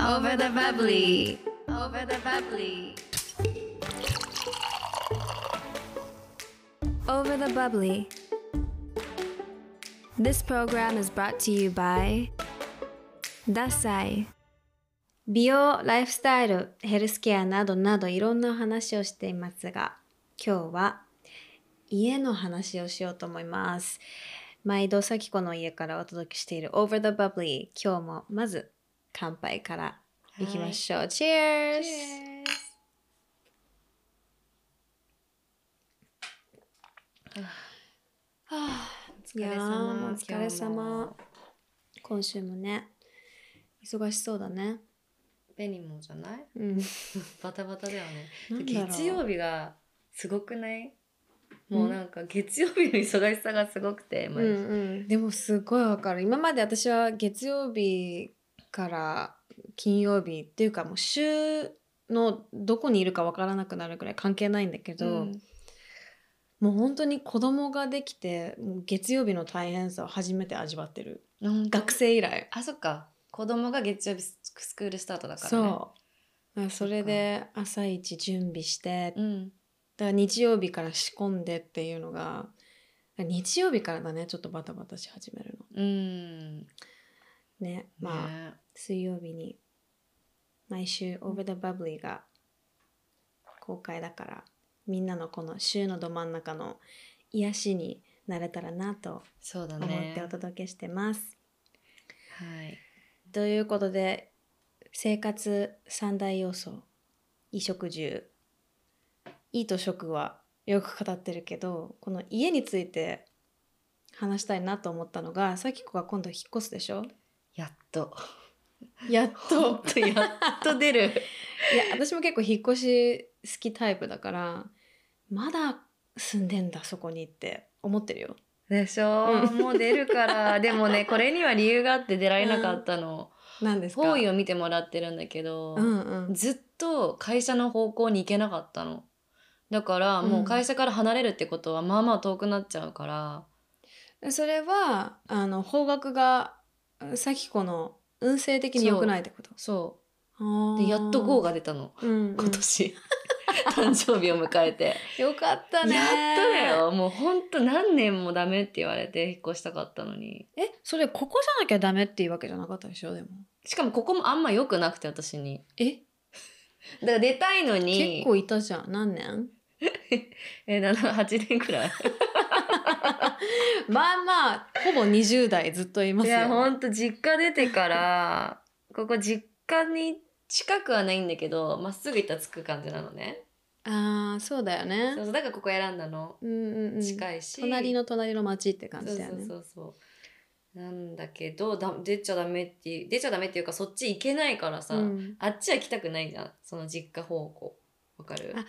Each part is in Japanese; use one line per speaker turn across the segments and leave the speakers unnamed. Over the bubbly. Over the bubbly.
Over the Bubbly. This program is brought to you by ダサイ美容、ライフスタイル、ヘルスケアなどなどいろんなお話をしていますが今日は家の話をしようと思います毎度咲子の家からお届けしている Over the Bubbly 今日もまず乾杯からいきましょう、Cheers!
Cheers. お
い
疲
や
れ
ー
様
お疲れ様今週もね忙しそうだね
ベニモじゃない
うん
バタバタだよね
なんだろう
月曜日がすごくないもうなんか月曜日の忙しさがすごくて、
うんうん、でもすごいわかる今まで私は月曜日から金曜日っていうかもう週のどこにいるかわからなくなるぐらい関係ないんだけど、
うん
もう本当に子供ができてもう月曜日の大変さを初めて味わってる学生以来
あそっか子供が月曜日ススクールスタートだからね
そうそれで朝一準備して
うん
だから日曜日から仕込んでっていうのが日曜日からだねちょっとバタバタし始めるの
うん
ねまあ
ね
水曜日に毎週「Over the Bubbly」が公開だからみんなのこの週のど真ん中の癒しになれたらなと
そうだ
思っ
ね
てお届けしてます。
はい
ということで生活三大要素衣食住衣と食はよく語ってるけどこの家について話したいなと思ったのがさきこが今度引っ越すでしょ
やっと
やっ
ほんとやっと出る
いや私も結構引っ越し好きタイプだからまだ住んでんだそこにって思ってるよ
でしょ
う
もう出るから でもねこれには理由があって出られなかったの
なんですか
方位を見てもらってるんだけど、
うんうん
ずっと会社の方向に行けなかったのだからもう会社から離れるってことはまあまあ遠くなっちゃうから、
それはあの方角が咲子の運勢的に良くないってこと
そ
あー
うでやっと GO が出たの
うんうん
今年、 誕生日を迎えて
よかったね
やっとだよもうほんと何年もダメって言われて引っ越したかったのに
えそれここじゃなきゃダメっていうわけじゃなかったでしょでも
しかもここもあんま良くなくて私に
え
だから出たいのに
結構いたじゃん何年
えー、7 8年くらい
まあまあほぼ20代ずっといま
い
すよ
やほんと実家出てから ここ実家に近くはないんだけどまっすぐ行ったら着く感じなのね
あーそうだよね
そうそうだからここ選んだの
うんうんうん
近いし、
隣の隣の町って感
そうそ
じだよ
う
ね
そうそうなんだけどだ出ちゃダメって出ちゃダメっていうかそっち行けないからさ、
うん
あっちは来たくないじゃんその実家方向わかる
あ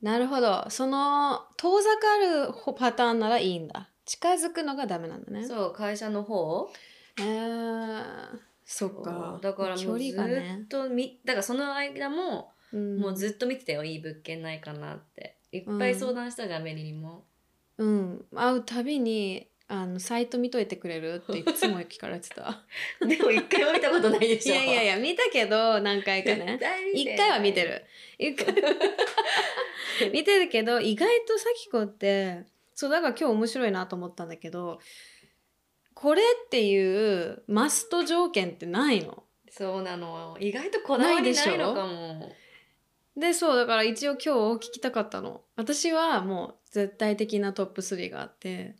なるほどその遠ざかるほパターンならいいんだ近づくのがダメなんだね
そう会社の方
えー、そっか
だからもうず
距離がね
っ、とみ、だからその間も
うん
もうずっと見てたよ、いい物件ないかなって。いっぱい相談したじゃん、メリにも。
うん会うたびにあのサイト見といてくれるっていつも聞かれて た
でも一回も見たことないで
い
しょ。
やいやい
や、
や見たけど何回かね一回は 見て。る一回見てるけど意外と咲子ってそうだから今日面白いなと思ったんだけどこれっていうマスト条件ってないの
そうなの。意外とこだわりないのかも。
でそうだから一応今日聞きたかったの私はもう絶対的なトップ3があって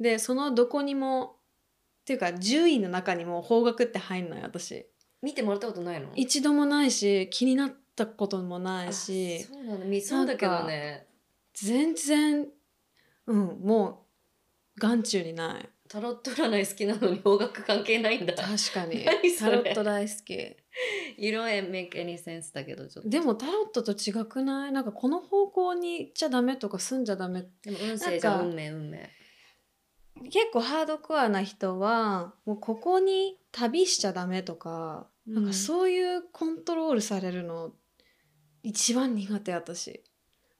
でそのどこにもっていうか10位の中にも方角って入んない私
見てもらったことないの
一度もないし気になったこともない
あ
し
そうなの。見そうだけどね。
全然うんもう眼中にない
タロット占い好きなのに方角関係ないんだ。
確かに
何そ
タ
れ
ロット大好き
色絵 make any sense だけど、ちょっと。
でもタロットと違くないなんかこの方向に行っちゃダメとか住んじゃダメ
でも運勢じゃ
なん
ん
か
運命運命。
結構ハードコアな人はもうここに旅しちゃダメとか、なんかそういうコントロールされるの一番苦手私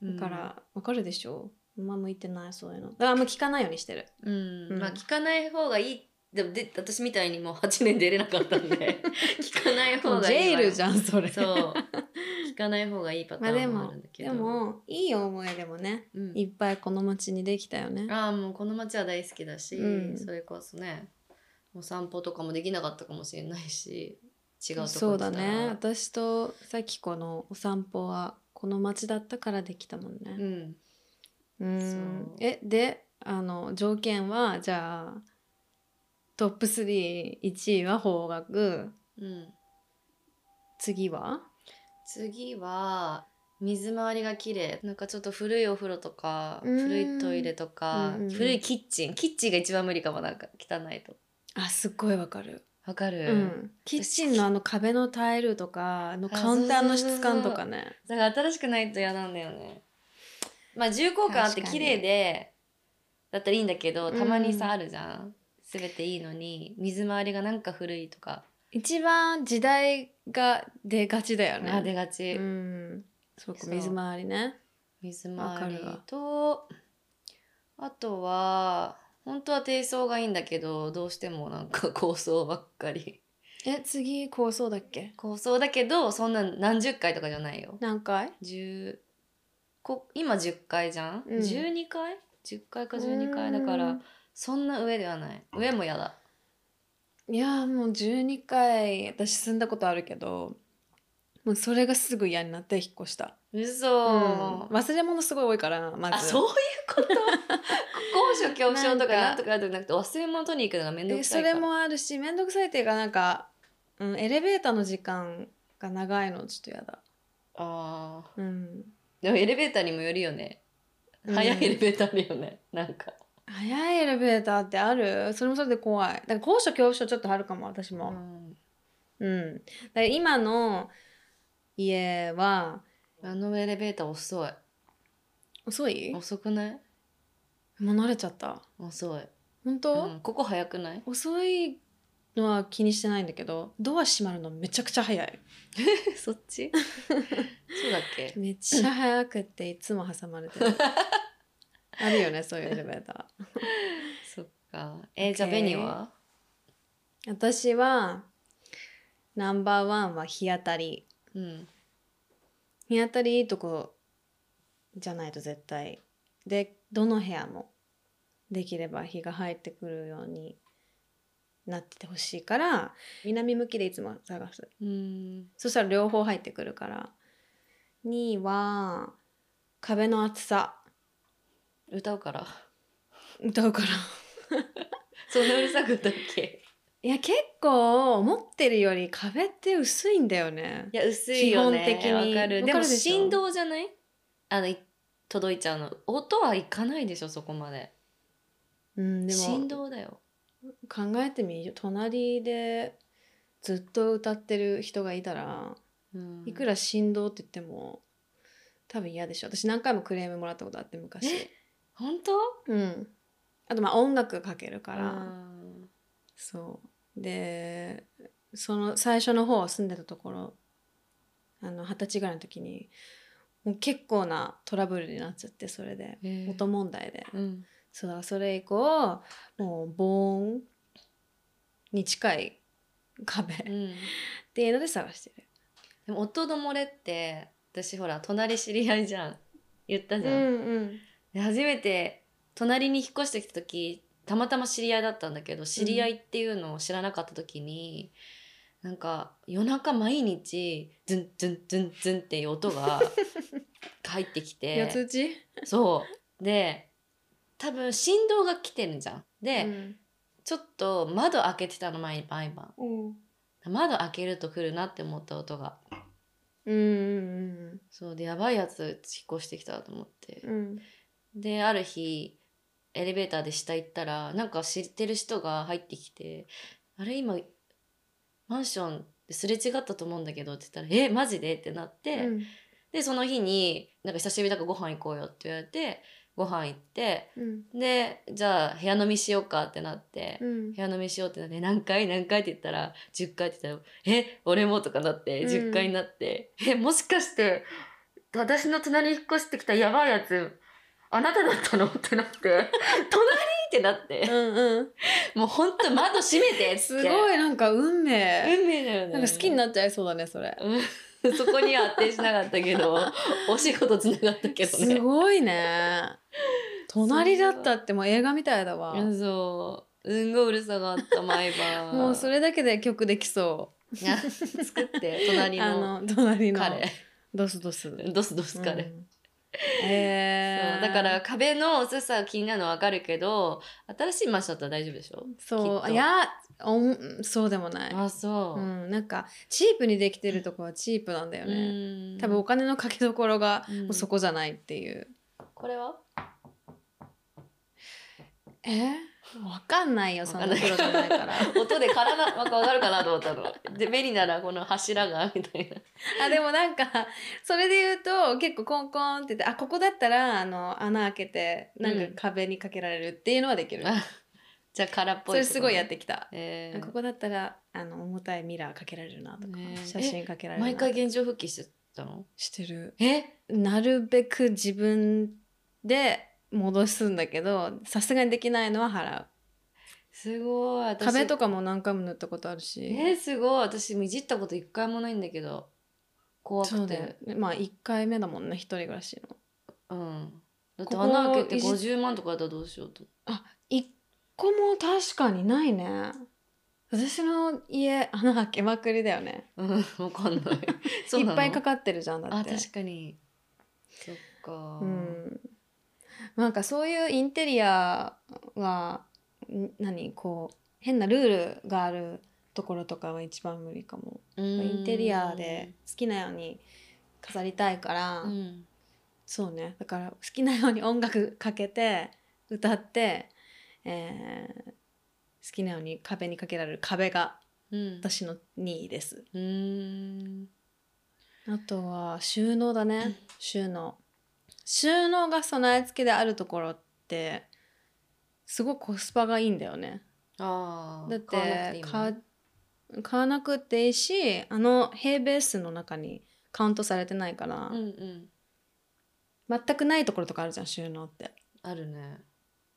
うん
だから、わかるでしょあんま向いてないそういうのだからあんま聞かないようにしてる
うん
うん
まあ聞かない方がいいでもで私みたいにもう8年出れなかったん で聞かない
も
方
う
が
ジ
いいわよ
ェイルじゃんそれ
そう聞かない方がいいパタ
まあで
ーンもあ
も
るんだけ
で
ど、
もいい思い出もね
うん
いっぱいこの町にできたよね
ああもうこの街は大好きだし、
うん
それこそねお散歩とかもできなかったかもしれないし違うとこ行ってたら
そうだね私とさきこのお散歩はこの町だったからできたもん
う
ね
ん
う
そうん
えであの条件はじゃあトップ31位は方角
うん
次は
次は水回りが綺麗なんかちょっと古いお風呂とか
うん
古いトイレとか、
うんうんうん
古いキッチンキッチンが一番無理かもなんか汚いと
あすっごいわかる、
わか
う
る、
んキッチンのあの壁のタイルとかあのカウンターの質感とかね
だから新しくないと嫌なんだよねまあ重厚感あって
確かに
綺麗でだったらいいんだけどたまにさ、
うん
あるじゃん全ていいのに水回りがなんか古いとか、
一番時代が出がちだよね
あ出がち、
うんそうか
そう
水回りね
水
わか
回り
るわ
とあとは本当は低層がいいんだけどどうしてもなんか高層ばっかり
え次高層だっけ
高層だけどそんな何十回とかじゃないよ
何階
10こ今10階じゃん、
うん
12階 ?10 階か12階だか
う
ら
ん
そんな上ではない上もやだ
いやーもう12回私住んだことあるけどもうそれがすぐ嫌になって引っ越した、う
嘘、
ん忘れ物すごい多いからまず
あそういう こと高所恐怖症とかなん
なか
んとかなんとかじゃなくて忘れ物取りに行くのがめんど
で
くさ
そ
いから
れもあるし面倒くさいっていうかなんか、うん、エレベーターの時間が長いのちょっと嫌だ
あー
うん
でもエレベーターにもよるよね
うん
早いエレベーターあるよね、なんか、
早いエレベーターってあるそれもそれで怖いだから高所恐怖症ちょっとあるかも私も、うん、だから今の家は
あのエレベーター遅い
遅い
遅くない
もう慣れちゃった
遅い、
本
う
当、
ん、ここ早く ない
遅いのは気にしてないんだけどドア閉まるのめちゃくちゃ早い
そっちそうだっけ
めっちゃ早くっていつも挟まれてる あるよねそういうエレベータ
そっかえーじゃあ
OK
ベニは
ー私はナンバーワンは日当たり
うん
日当たりいいとこじゃないと絶対でどの部屋もできれば日が入ってくるようになっててほしいから南向きでいつも探す
うん
そしたら両方入ってくるから2位は壁の厚さ
歌うから
歌うから
そんなうるさく歌うっけ
いや結構思ってるより壁って薄いんだよね
いや薄いよね
基本的に
わかるで
わ
も
かるでしょ
振動じゃないあのい届いちゃうの音はいかないでしょそこまで
うんで
振
も
動だよ
考えてみる隣でずっと歌ってる人がいたら
うん
いくら振動って言っても多分嫌でしょ私何回もクレームもらったことあって昔
本当
うんあとまあ音楽かけるか、
から
そうでその最初の方住んでたところあの二十歳ぐらいの時にもう結構なトラブルになっちゃってそれで音問題で、
うん
そうだそれ以降もう防音に近い壁っ
うん
ていうので探してる。
でも音の漏れって私ほら隣知り合いじゃん言ったじゃん、
うん
で初めて隣に引っ越してきた時たまたま知り合いだったんだけど知り合いっていうのを知らなかった時に、なんか夜中毎日ズンズンズンズンっていう音が入ってき
四つ
て
打ち、
そうで多分振動が来てるじゃんで、ちょっと窓開けてたの毎毎晩
うん
窓開けると来るなって思った音が
うんうん
そうでやばいやつ引っ越してきたと思って
うんうん
である日エレベーターで下行ったらなんか知ってる人が入ってきて「あれ今マンションですれ違ったと思うんだけど」って言ったら「えマジで?」ってなって、
うん
でその日に「なんか久しぶりだからご飯行こうよ」って言われてご飯行って
うん
でじゃあ部屋飲みしようかってなって。
うん
部屋飲みしようってなって何回何回って言ったら10回って言ったら「え俺も」とかなって
うん
10回になって「えもしかして 私の隣に引っ越してきたやばいやつあなただったの?」ってなって「隣ってなって
うんうん
もうほんと窓閉めてっつ
す
って
ごいなんか運命
運命だよね
なんか好きになっちゃいそうだねそれ
うんそこには当てしなかったけ どお仕事つながったけどね
すごいね 隣だったってもう映画みたいだわ
うんそううんごうるさがあった毎晩
もうそれだけで曲できそ
いや作って
う
隣
あ
の
の隣の
彼
ドスドス
ドスドス彼、
うんえ
そ
ー
うだから壁の薄さは気になるのわかるけど新しいマンションだったら大丈夫でしょきっ
そ
と
ういやおんそうでもない、
あそう
う、
うん
なんかチープにできてるとこはチープなんだよね、
ーん
多分お金のかけどころが
うん
もうそこじゃないっていう、
これは
えわかんないよそんなプロじゃないから
音で絡まわかるかなと思ったのでベリならこの柱がみたいな
あでもなんかそれで言うと結構コンコンって言ってあここだったらあの穴開けてなん
うん
か壁にかけられるっていうのはできる、
あじゃあ空っぽ
そ
い
れすごいやっててきた、
え
こ
ー、
こだったらあの重たいミラーかけられるなとか、
ねえ
写真かけられるな
毎回現状復帰してたの
してる
え
なるべく自分で戻すんだけどさすがにできないのは払う
すごい私
壁とかも何回も塗ったことあるし、
えー、すごい私もいじったこと一回もないんだけど怖
そう
く
だよ
て
まあ1回目だもんね一人暮らし
う
の
んだって
ここ
穴開けて
いじ
50万とかだったらどうしようと
1個も確かにないね私の家穴開けまくりだよね
うんわかんない そう
い
なの
っぱいかかってるじゃんだって
あ確かにそっか
うん、なんかそういうインテリアはん何こう変なルールがあるところとかは一番無理かも
う
インテリアで好きなように飾りたいから、
うん
そうねだから好きなように音楽かけて歌って、えー好きなように壁にかけられる壁が
うん
私の2位です
うーん
あとは収納だね収納収納が備え付けであるところってすごくコスパがいいんだよね
あー
だっ
買わなく
て
いいもん
買買わなくていいしあの平ベースの中にカウントされてないから、
うんうん
全くないところとかあるじゃん収納って
あるね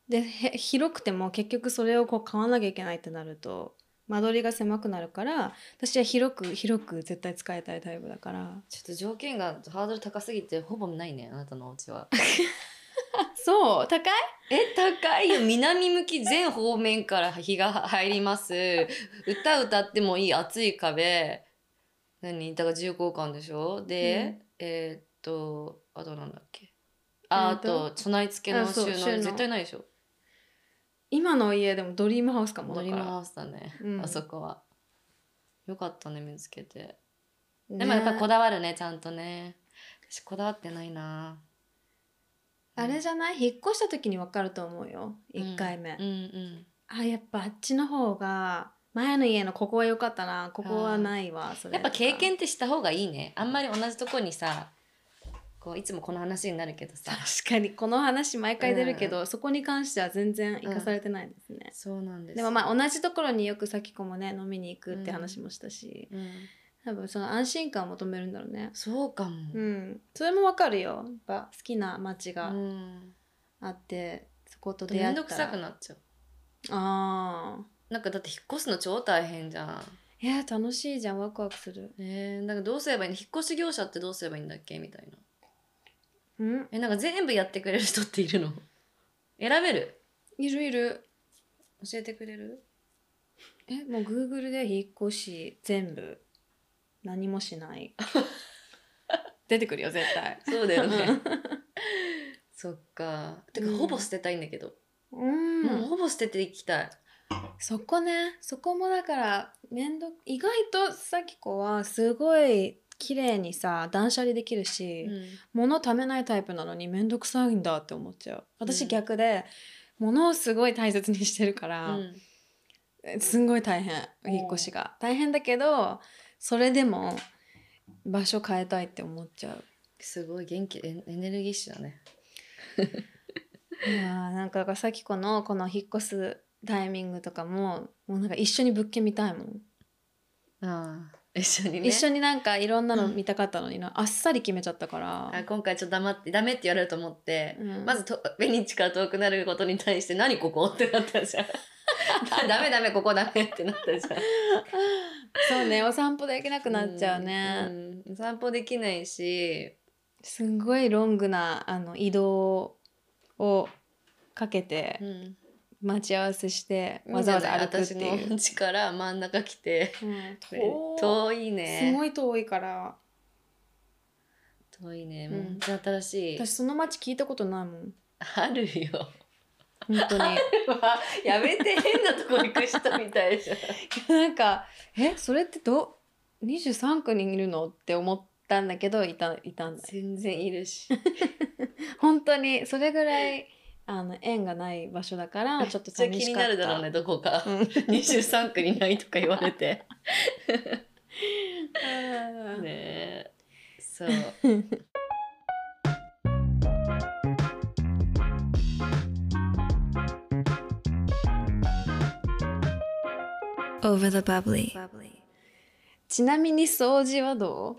でへ広くても結局それをこう買わなきゃいけないってなると間取りが狭くなるから私は広く広く絶対使いたいタイプだから
ちょっと条件がハードル高すぎてほぼないねあなたのお家は
そう高い
え高いよ南向き全方面から日が入ります歌歌ってもいい厚い壁何だから重厚感でしょで、えーっとあとなんだっけあ,、
えーっと
あと備え付けの
あ
収
そう
納
収納
絶対ないでしょ
今の家でもドリームハウスかも
戻
だ
り
か
ま
ら
ハウスだね、
うん
あそこはよかったね見つけて
で
でもやっぱこだわるねちゃんとね私こだわってないな
あれじゃない引っ越した時に分かると思うよ1回目、
うんうん
あやっぱあっちの方が前の家のここは良かったなここはないわそれ
やっぱ経験ってした方がいいねあんまり同じとこにさこういつもこの話になるけどさ
確かにこの話毎回出るけど、そこに関しては全然生かされてないですね、
そうなんです
でもまあ同じところによく咲子もね飲みに行くって話もしたし、
うん、
多分その安心感を求めるんだろうね
そうかも、
うん、それもわかるよやっぱ好きな街
う
が
ん、
あって、そこと出
めん
会った
ど
ら
くさくなっちゃう
ああ
なんかだって引っ越すの超大変じゃん
いや楽しいじゃんワクワクする
えー、なんかどうすればいいの引っ越し業者ってどうすればいいんだっけみたいな
うん
えなんか全部やってくれる人っているの選べる
いるいる
教えてくれる
えもうグーグルで引っ越し全部何もしない出てくるよ絶対
そうだよね そっかてか
うん
ほぼ捨てたいんだけど、
うん
もうほぼ捨てていきたい
そこねそこもだからめんど意外と咲子はすごい綺麗にさ断捨離できるし、物貯めないタイプなのにめんどくさいんだって思っちゃう
う
私
ん
逆で、物をすごい大切にしてるから、
うん
すんごい大変
おう
引っ越しが大変だけどそれでも場所変えたいって思っちゃう
すごい元気エエネルギッシュだね。
いやーなんかだから咲子のこの引っ越すタイミングとかももうなんか一緒に物件見たいもん
ああ一緒にね
一緒になんかいろんなの見たかったのにな、あっさり決めちゃったから
あ今回ちょっと黙ってダメって言われると思って、
うん
まずとベニチから遠くなることに対して何ここってなった じゃんダメダメここダメってなったじゃん
そうねお散歩できなくなっちゃうね、
うんうん散歩できないし
すんごいロングなあの移動をかけて
うん
待ち合わせして
わ
わ
ざ
ざ
わざ
わざ歩くって
私の
いう、
家から真ん中来て
うん遠
遠い
い
ね
すごい遠いから
遠いね
うん
もう本当に新しい、
私その街聞いたことないもん
あるよ
本当に
やめて変なとこ行く人みたいじゃん
なんかえそれってど23区にいるのって思ったんだけどいたいたんだ
全然いるし
本当にそれぐらいあの縁がない場所だからちょっと
めっちゃ気
寂し
に
かった
なるだろうねどこか
うん
23区にないとか言われてね
ね
えそう
Over the bubbly ちなみに掃除はど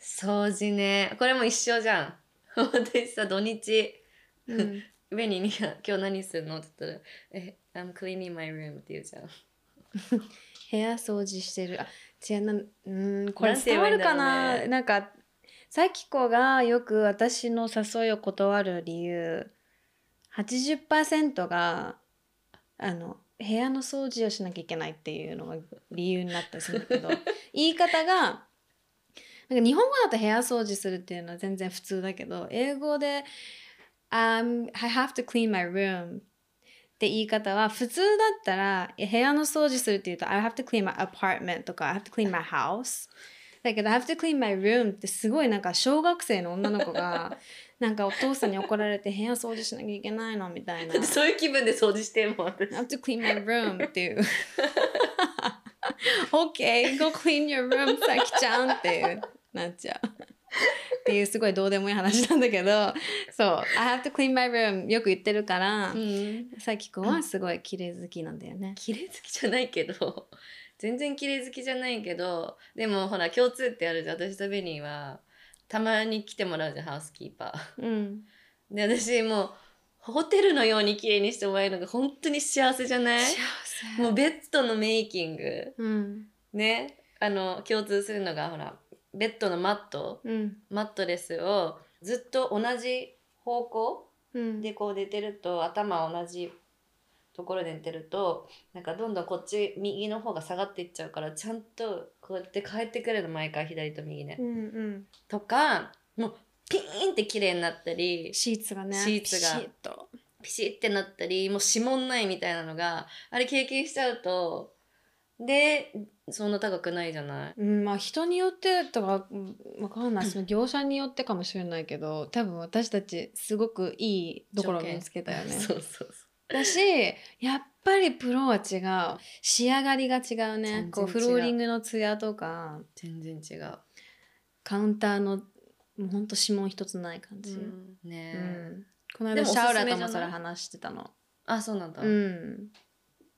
掃除ねこれも一緒じゃん 私さ土日
う、うん、
上にに今日何するの?」って言ったら「え I'm cleaning my room」って言うじゃん
部屋掃除してるあ違うなうーんこれ
なんて言
伝
えば
わ
いいん
る
だろ
か
うね
な,、なんか咲子がよく私の誘いを断る理由80%があの部屋の掃除をしなきゃいけないっていうのが理由になったりするんだ けど言い方がなんか日本語だと部屋掃除するっていうのは全然普通だけど英語で「um, I have to clean my room」って言い方は普通だったらえ部屋の掃除するっていうと「I have to clean my apartment」とか「I have to clean my house」だけど「I have to clean my room」ってすごいなんか小学生の女の子がなんかお父さんに怒られて部屋掃除しなきゃいけないのみたいな
だってそういう気分で掃除してんもん私
I have to clean my room って いう。OK, go clean your room, さきちゃんっていうなっちゃう。っていうすごいどうでもいい話なんだけど、そう、I have to clean my room よく言ってるから、
ん
さきくんはすごい綺麗好きなんだよね。
綺麗好きじゃないけど全然綺麗好きじゃないけどでもほら共通ってあるじゃん私とベニーはたまに来てもらうじゃんハウスキーパ
うん。
ーで私もうホテルのように綺麗にしてもらえるのが本当に幸せじゃない
幸せ。
もうベッドのメイキング
うん。
ねあの共通するのがほらベッドのマット
うん。
マットレスをずっと同じ方向
うん。
でこう寝てると頭同じところで寝てるとなんかどんどんこっち右の方が下がっていっちゃうからちゃんとこうやって変えてくれるの毎回左と右ね。
うんうん。
とかもうピーンって綺麗になったり
シーツがね、
シーツが
ピシッと。
ピシってなったりもう指紋ないみたいなのがあれ経験しちゃうとでそんな高くないじゃない。
うん、まあ人によってとかうんわか んないその業者によってかもしれないけど多分私たちすごくいいところを見つけたよね
そうそうそう
だしやっぱりプロは違う仕上がりが違う
全
ね
然違う
こうフローリングのツヤとか
全然違う。
カウンターのもうほんと指紋一つない感じ、うん
ね
この
で
間
もおす
シ
すめ
ャウラと
じゃ
も
ない
それ話してたの
あそうなんだ、
うん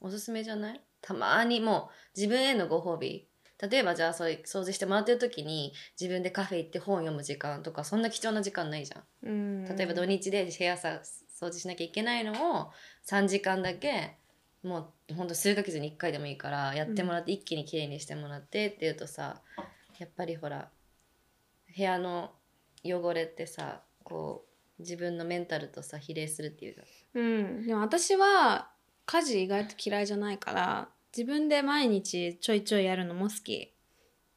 おすすめじゃないたまにもう自分へのご褒美例えばじゃあそれ掃除してもらってる時に自分でカフェ行って本読む時間とかそんな貴重な時間ないじゃん
うん
例えば土日で部屋さ掃除しなきゃいけないのを3時間だけもうほんと数ヶ月に1回でもいいからやってもらって一気に綺麗にしてもらってっていうとさやっぱりほら部屋の汚れってさこう自分のメンタルとさ比例するっていうじゃん
うん、でも私は家事意外と嫌いじゃないから自分で毎日ちょいちょいやるのも好き、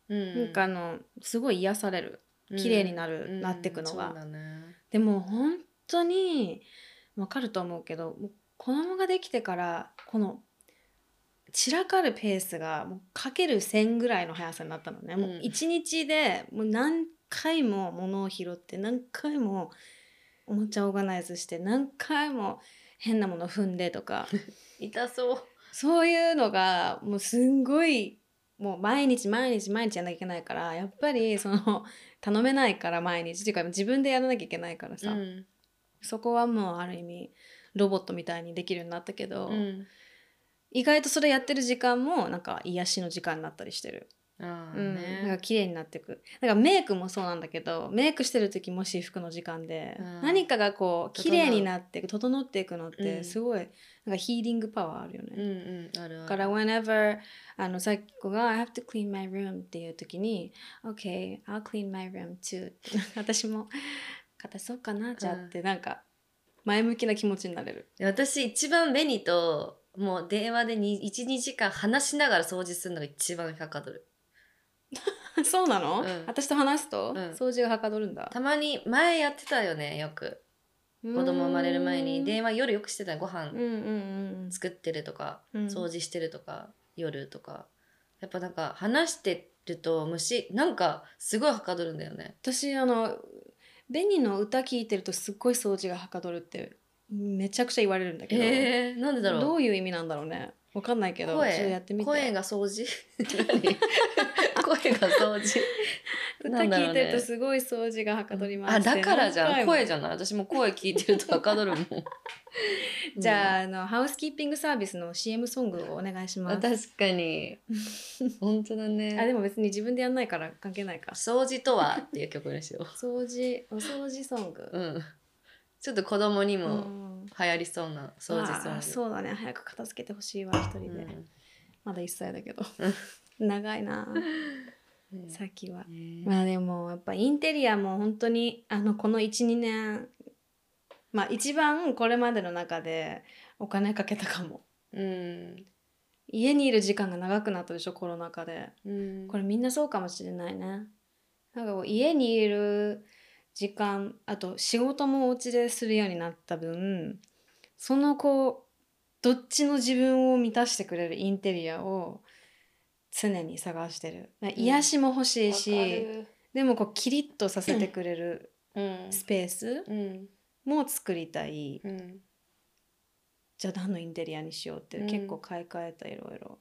うん
なんかあのすごい癒される綺麗になる、なってくのが、
うんそうだね
でも本当にわかると思うけどもう子供ができてからこの散らかるペースがもうかける1,000ぐらいの速さになったのね、もう
うん
一日でもう何回も物を拾って何回もおもちゃオーガナイズして何回も変なもの踏んでとか
痛そう
そういうのがもうすんごいもう毎日毎日毎日やんなきゃいけないからやっぱりその 頼めないから毎日っていうか自分でやらなきゃいけないからさ、
うん
そこはもうある意味ロボットみたいにできるようになったけど、
うん
意外とそれやってる時間もなんか癒しの時間になったりしてる
あ
う
ー
ん、なんか
ね、
綺麗になってくなんかメイクもそうなんだけどメイクしてる時も私服の時間で、
うん
何かがこう
整う
綺麗になっていく整っていくのっ
う
て
ん
すごい、なんかヒーリングパワーあるよね、
うんうんある
だ
あ
から
る
whenever あのさっき子が「I have to clean my room」っていう時に「OK I'll clean my room too って」私も「片そうかなじゃあ」ってなんか前向きな気持ちになれる、
私一番紅ともう電話で12時間話しながら掃除するのが一番はかどる
そうなの、
うん
私と話すと、
うん
掃除がはかどるんだ
たまに前やってたよねよく子供生まれる前に電話夜よくしてたご飯
うんうんうん
作ってるとか、
うん
掃除してるとか夜とかやっぱなんか話してると虫なんかすごいはかどるんだよね
私あのベニの歌聞いてるとすっごい掃除がはかどるってめちゃくちゃ言われるんだけど、
えー、なんでだろう
どういう意味なんだろうねわかんないけどちょっとやってみて
声が掃 除何 声が掃除
歌聞いてるとすごい掃除がはかどります
あだからじゃん声
じ
じゃない私も声聞いてるとはかどるもん
じゃ
あ、
ああのハウスキーピングサービスの CM ソングをお願いします
確かに本当だね
あでも別に自分でやんないから関係ないか
掃除とはっていう曲にしよ
掃除お掃除ソング
う、うん、ちょっと子供に
う
も
ん
流行りそうな掃除ソン
あー
グ
そうだね早く片付けてほしいわ一人で、まだ1歳だけど長い な
うんね
先は
ね
まあでもやっぱインテリアも本当にあのこの12年まあ一番これまでの中でお金かけたかも
うん
家にいる時間が長くなったでしょコロナ禍で
うん
これみんなそうかもしれないねなんかこう家にいる時間あと仕事もお家でするようになった分そのこうどっちの自分を満たしてくれるインテリアを常に探してる癒しも欲しいし、でもこうキリッとさせてくれる
うん
スペース
うん
も作りたい、
うん
じゃあ何のインテリアにしようって
うん
結構買い替えたいろいろ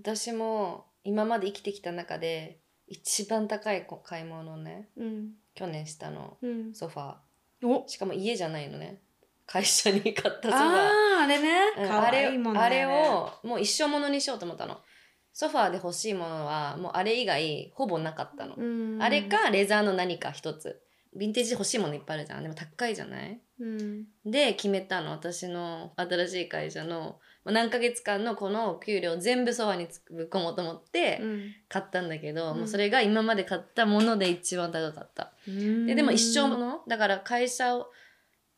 私も今まで生きてきた中で一番高い買い物をね
うん
去年したの
うん
ソファ
お
ーしかも家じゃないのね会社に買ったソファー
あーあれ
うん
ね可
あれ
愛いもんね
あれをもう一生ものにしようと思ったのソファーで欲しいものはもうあれ以外ほぼなかったの、
うん
あれかレザーの何か一つヴィンテージで欲しいものいっぱいあるじゃんでも高いじゃない
うん
で決めたの私の新しい会社のまあ何ヶ月間のこの給料全部ソファーにつぶっ込もうと思って買ったんだけど、
うん
もうそれが今まで買ったもので一番高かった
うん
ででも一生ものだから会社を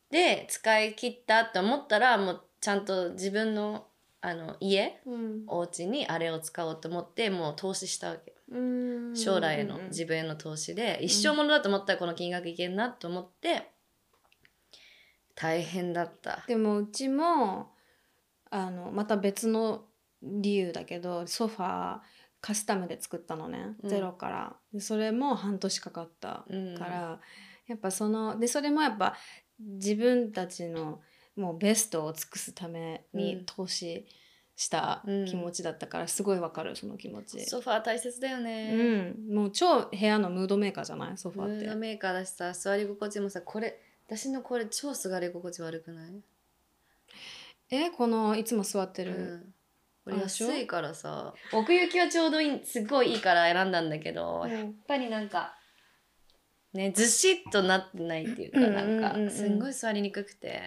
で使い切ったって思ったらもうちゃんと自分のあの家
うん
お家にあれを使おうと思ってもう投資したわけ
うん
将来への
うん
自分への投資で一生ものだと思ったらこの金額いけんなと思って大変だった
でもうちもあのまた別の理由だけどソファーカスタムで作ったのね、
うん
ゼロからでそれも半年かかった
うん
から、やっぱそのでそれもやっぱ自分たちのもうベストを尽くすため
う
に
ん
投資した気持ちだったから、すごいわかるその気持ち、
ソファー大切だよ
う
ね、
ん、もう超部屋のムードメーカーじゃないソフ
ム
ァーっ
ード
て
メーカーだしさ座り心地もさこれ私のこれ超座り心地悪くない、
えこのいつも座って
う
る、
ん、これ
あでしょ
安いからさ奥行きはちょうどいいすごいいいから選んだんだけど、
うん
やっぱりなんかねずしっとなってないっていうかなん
うんうんうんう
か
ん
すんごい座りにくくて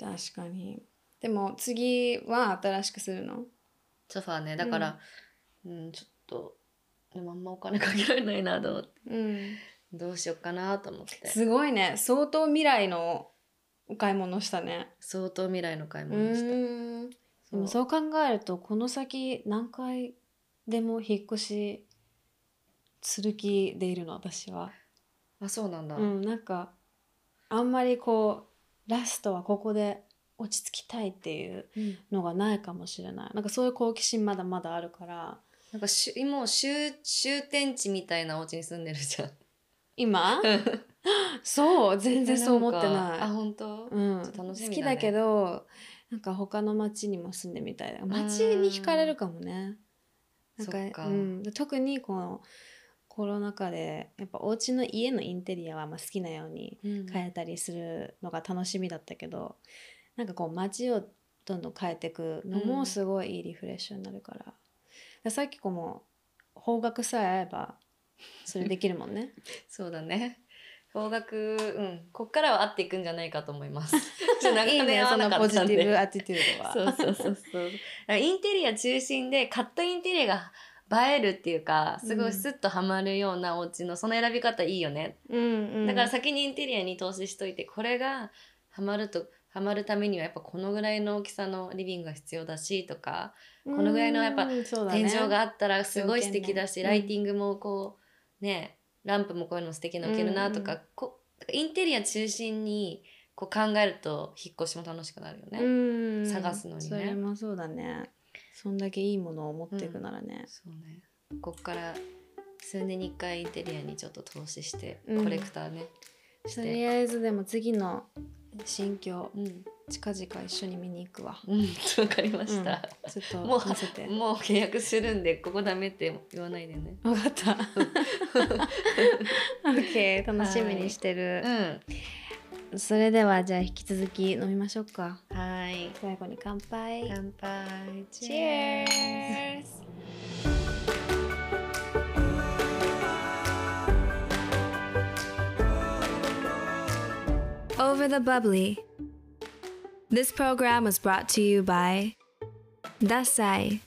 確かにでも次は新しくするの
ソファーねだから、うんちょっとでもあんまお金かけられないなと思って
うん
どうしようかなと思って
すごいね相当未来のお買い物したね
相当未来の買いう物でした
ーんで
そう
もそう考えるとこの先何回でも引っ越しする気でいるの私は、
あそうなんだ、
うん、なんかあんまりこうラストはここで落ち着きたいっていう
うん
のがないかもしれないなんかそういう好奇心まだまだあるから
なんかしゅもう終終点地みたいなお家に住んでるじゃん
今 そう全然そう思ってない
んかあ本当、
うん、
ちょっと楽しみだね
好きだけどなんか他の町にも住んでみたいな町に惹かれるかもねなんか
そっか
うん、特にこのコロナ禍でやっぱお家の家のインテリアはまあ好きなように
うん
変えたりするのが楽しみだったけど、なんかこう街をどんどん変えていくの
う
も
ん
すごいいいリフレッシュになるから,、さっきこも方角さえ合えばそれできるもんね
そうだね方角うんこっからは合っていくんじゃないかと思い ますちょっと長
いい
年
ね
合わ
そ
な
の
か
ポ
っ
ジ
た
テ
んで
ィブアティテュードは
そうそうそうそうインテリア中心でカットインテリアが映えるっていうかすご
うん
いスッとはまるようなお家のその選び方いいよね、
うんうん
だから先にインテリアに投資しといてこれがはまるとはまるためにはやっぱこのぐらいの大きさのリビングが必要だしとか、このぐらいのやっぱ
うんそうだ
天
ね
井があったらすごい素敵だし、
条件ね
ライティングもこうねランプもこういうの素敵なの置けるなとか、
うん
こインテリア中心にこう考えると引っ越しも楽しくなるよね。
うん
探すのにね
それもそうだねそんだけいいものを持っていくならね、
そうねこっから数年に1回インテリアにちょっと投資して、
うん
コレクターねし
とり
て
あえずでも次の新居
うん
近々一緒に見に行くわ
うんわかりました、
ちょっと
もう
見せて分
もう契約するんでここダメって言わないでね
かった OK 楽しみにして
う
る、
ん
それではじゃあ引き続き飲みましょうか
はい
最後に乾杯
乾杯
Cheers Over the Bubbly This program was brought to you by Dasai